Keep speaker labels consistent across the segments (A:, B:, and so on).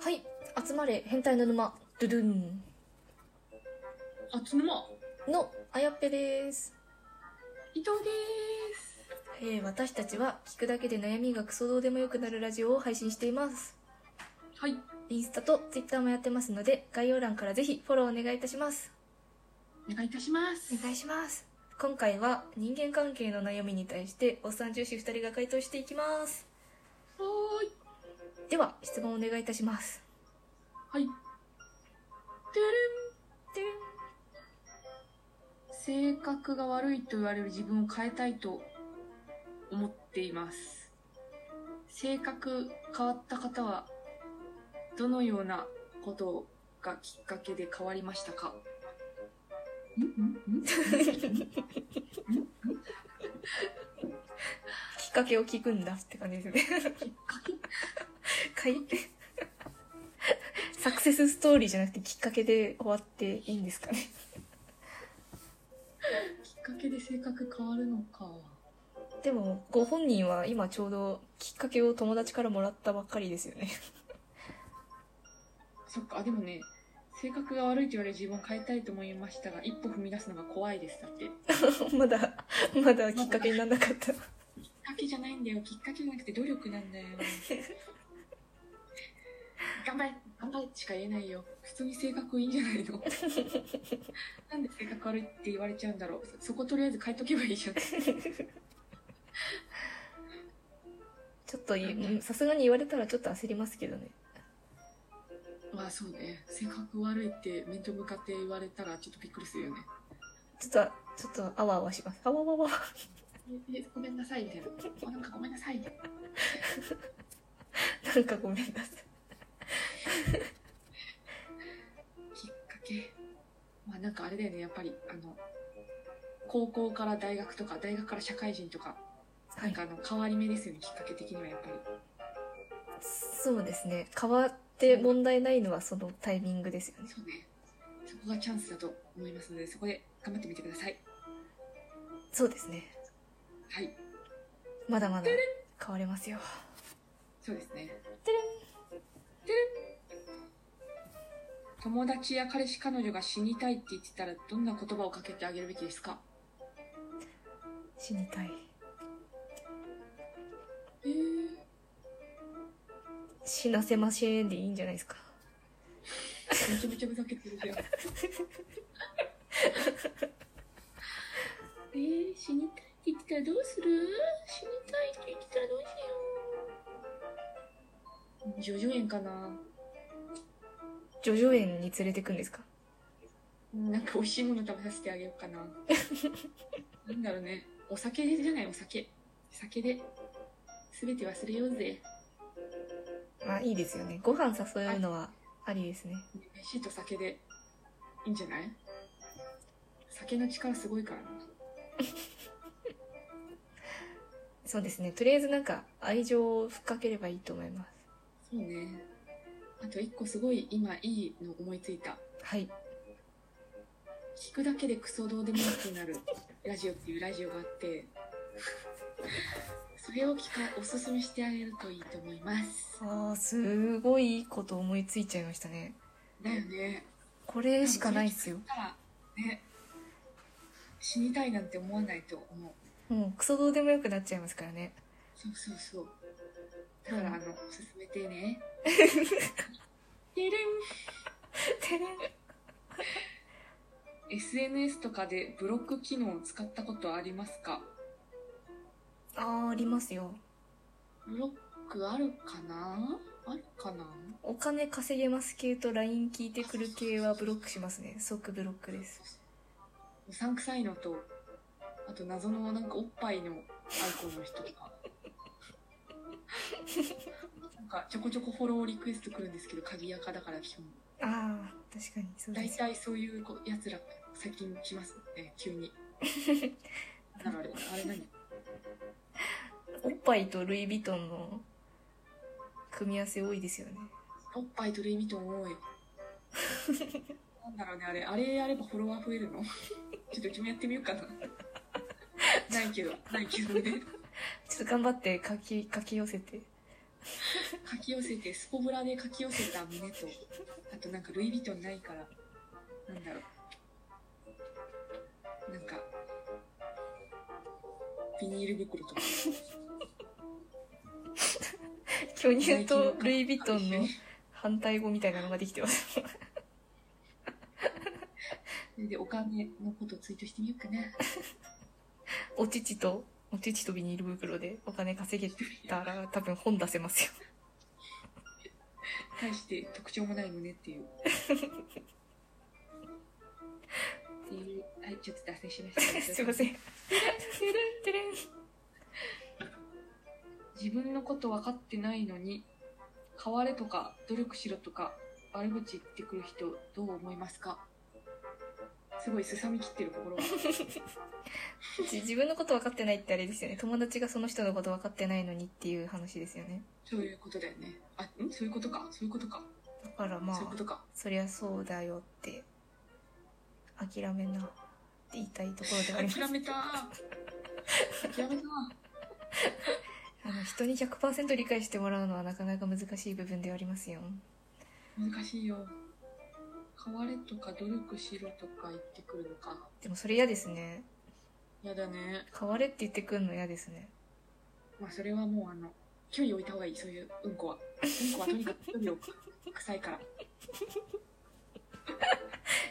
A: はい集まれ変態の沼ドゥドゥン
B: あつぬま
A: のあやっぺです、
B: 伊藤です
A: えー私たちは聞くだけで悩みがクソどうでもよくなるラジオを配信しています
B: はい
A: インスタとツイッターもやってますので概要欄からぜひフォローお願いいたします
B: お願いいたします
A: お願いします今回は人間関係の悩みに対しておっさん重視2人が回答していきます
B: はーい
A: では質問をお願いいたします
B: はいて
A: てん
B: れん性格が悪いと言われる自分を変えたいと思っています性格変わった方はどのようなことがきっかけで変わりましたかんんん
A: きっかけを聞くんだって感じですねかいサクセスストーリーじゃなくてきっかけで終わっていいんですかね
B: きっかけで性格変わるのか
A: でもご本人は今ちょうどきっかけを友達からもらったばっかりですよね
B: そっかあでもね性格が悪いと言われる自分を変えたいと思いましたが一歩踏み出すのが怖いですだってきっ
A: まだまだきっかけにならなかった
B: かけじゃないんだよきっかけじゃなくて努力なんだよ頑張れ頑張れしか言えないよ普通に性格いいんじゃないのなんで性格悪いって言われちゃうんだろうそそことりあえず変えとけばいいじゃん
A: ちょっというんさすがに言われたらちょっと焦りますけどね
B: まあそうね性格悪いって面と向かって言われたらちょっとびっくりするよね
A: ちょっとちょっとあわあわしますあわわわ
B: ええごめんなさいみたいなあなんかごめんなさいみたいな
A: なんかごめんなさい
B: きっかけまあなんかあれだよねやっぱりあの高校から大学とか大学から社会人とか
A: は
B: なん
A: い
B: かあの変わり目ですよねきっかけ的にはやっぱり
A: そうですね変わって問題ないのはそのタイミングですよね
B: そうねそこがチャンスだと思いますのでそこで頑張ってみてください
A: そうですね
B: はい
A: まだまだ変われますよ
B: そうですね
A: てれ
B: てれん友達や彼氏彼女が死にたいって言ってたらどんな言葉をかけてあげるべきですか
A: 死にたい
B: えー
A: 死なせましんでいいんじゃないですか
B: めちゃめちゃふざけてるじゃん。 えー、死にたいって言ってたらどうする死にたいって言ってたらどうしよう。ジョジョ園かな
A: 叙々苑に連れてくんですか
B: なんか美味しいもの食べさせてあげようかな。なんだろうね。お酒じゃないお酒。酒で。すべて忘れようぜ。
A: まあいいですよねご飯誘うのはありですね
B: 飯と酒で。いいんじゃない酒の力すごいからな。
A: そうですねとりあえずなんか愛情をふっかければいいと思います
B: そうね。あと一個すごい今いいの思いついた。
A: はい
B: 聞くだけでクソどうでもよくなるラジオっていうラジオがあって、それを聞か、おすすめしてあげるといいと思います。
A: あーすごいいいこと思いついちゃいましたね
B: だよね。
A: これしかないっすよ
B: たら、ね、死にたいなんて思わないと思う。
A: もうクソどうでもよくなっちゃいますからね
B: そうそうそう。だから、
A: うん
B: あの、進めて ね。てれん
A: てれん
B: SNS とかでブロック機能を使ったことありますか
A: あーありますよ
B: ブロックあるかなあるかな
A: お金稼げます系と LINE 聞いてくる系はブロックしますね即ブロックです
B: うさんくさいのとあと謎のなんかおっぱいのアイコンの人と かなんかちょこちょこフォローリクエストくるんですけど鍵やかだから基本
A: ああ確かにそうで
B: 大
A: すよ
B: 体そういうこやつら最近来ますね 急になんかあれあれ何
A: おっぱいとルイ・ヴィトンの組み合わせ多いですよね
B: おっぱいとルイ・ヴィトン多いなんだろうねあれあれやればフォロワー増えるの ちょっとうちもやってみようかなないけどないけどね
A: ちょっと頑張って書き書き寄せて
B: 書き寄せてスポブラで書き寄せた胸とあとなんかルイ・ヴィトンないからなんだろうなんかビニール 袋とか
A: 巨乳とルイ・ヴィトンの反対語みたいなのができてます。
B: でお金のことをツイートしてみようかな
A: お乳と、お乳とビニール袋でお金稼げたら多分本出せます よ。。
B: 対して特徴もない胸っていう。っていうはい、ちょっと脱線しました
A: すいま せん。てるんてるん。
B: 自分のこと分かってないのに、変われとか、努力しろとか、悪口言ってくる人、どう思いますかすごい、すさみきってる心が。
A: じ自分のこと分かってないってあれですよね。友達がその人のこと分かってないのにっていう話ですよね。
B: そういうことだよね。あ、んそういうことか。そういうことか。
A: だからま
B: そういうこ
A: あ、
B: とか。
A: そりゃそうだよって、諦めなって言いたいところではあります。
B: 諦めたー。諦めたー。
A: あの人に100%理解してもらうのはなかなか難しい部分ではありますよ。
B: 難しいよ。変われとか、努力しろとか言ってくるのか。
A: でもそれ嫌ですね。
B: やだね。
A: 変われって言ってくんの嫌ですね。
B: まあそれはもうあの距離置いた方がいいそういううんこはうんこはとにかく距離を置く臭いから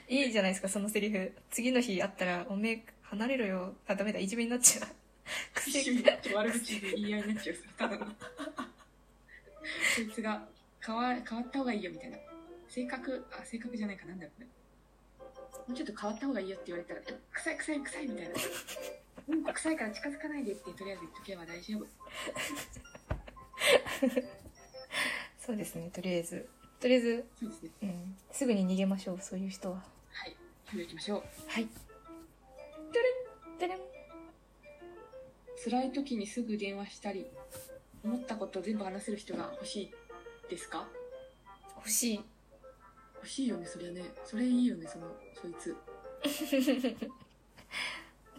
A: いいじゃないですか、そのセリフ。次の日会ったら、おめえ、離れろよ。あ、ダメだ、いじめになっ ちゃう。癖
B: 趣味だって悪口で言い合いになっちゃうただのそいつが変わ変わった方がいいよみたいな性格あ性格じゃないかなんだろうねもうちょっと変わった方がいいよって言われたらえ臭い臭い臭いみたいなうんこ臭いから近づかないでってとりあえず言っとけば大丈夫
A: そうですね、とりあえず。とりあえず、
B: そうですね
A: うん。すぐに逃げましょう、そういう人は。
B: はい距離置きましょう
A: はい。てれん。て
B: 辛い時にすぐ電話したり思ったことを全部話せる人が欲しいですか
A: れん。欲しい。
B: 欲しいよねそりゃねそれいいよねそのそいつ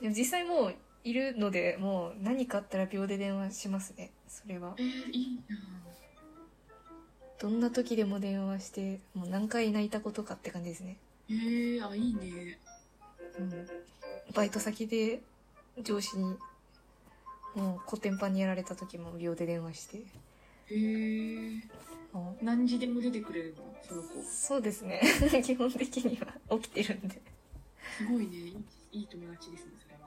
A: でも実際もう、いるので、もう、何かあったら秒で電話しますね、それは。
B: えー、いいな
A: どんな時でも電話して、もう何回泣いたことかって感じですね。
B: えー、あいいね
A: うん、バイト先で上司にもうコテンパンにやられた時も秒で電話して
B: えー、
A: も
B: 何時でも出てくれるのその子
A: うそうですね 基本的には起きてるんです
B: ごいねいいいい友達ですねそれは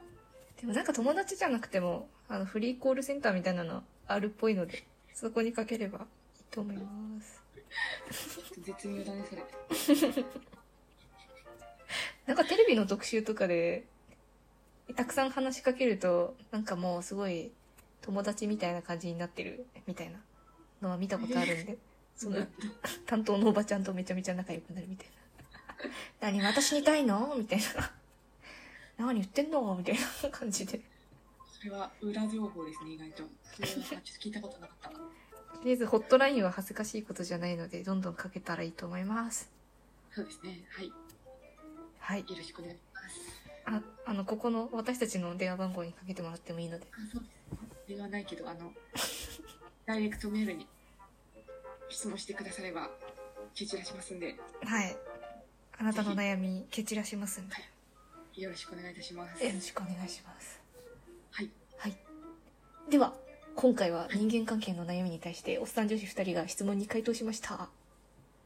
A: でもなんか友達じゃなくてもあのフリーコールセンターみたいなのあるっぽいのでそこにかければいいと思います
B: 絶妙だねそれ
A: なんかテレビの特集とかでたくさん話しかけるとなんかもうすごい友達みたいな感じになってるみたいなのは見たことあるんでその担当のおばちゃんとめちゃめちゃ仲良くなる みたいな。何私にたいのみたいな。 何言ってんのみたいな感じで。と
B: それは裏情報ですね意外とそれはあちょっと聞いたことなかった
A: りあえずホットラインは恥ずかしいことじゃないので、どんどんかけたらいいと思います。
B: そうですねはいよ
A: はい。
B: ろしくお願いします
A: あ、あの、ここの私たちの電話番号にかけてもらってもいいので。
B: あそうですではないけどあのダイレクトメールに質問してくだされば蹴散らしますんで
A: はい。あなたの悩み、蹴散らしますんで。
B: よろしくお願いいたします
A: よろしくお願いします。
B: はい
A: はい。では、今回は人間関係の悩みに対して、おっさん女子2人が質問に回答しました。
B: は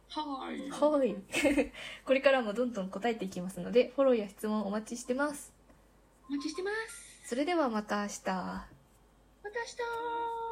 B: ーい
A: はい。 これからもどんどん答えていきますので、フォローや質問お待ちしてます。
B: お待ちしてます
A: それではまた明日。
B: また明日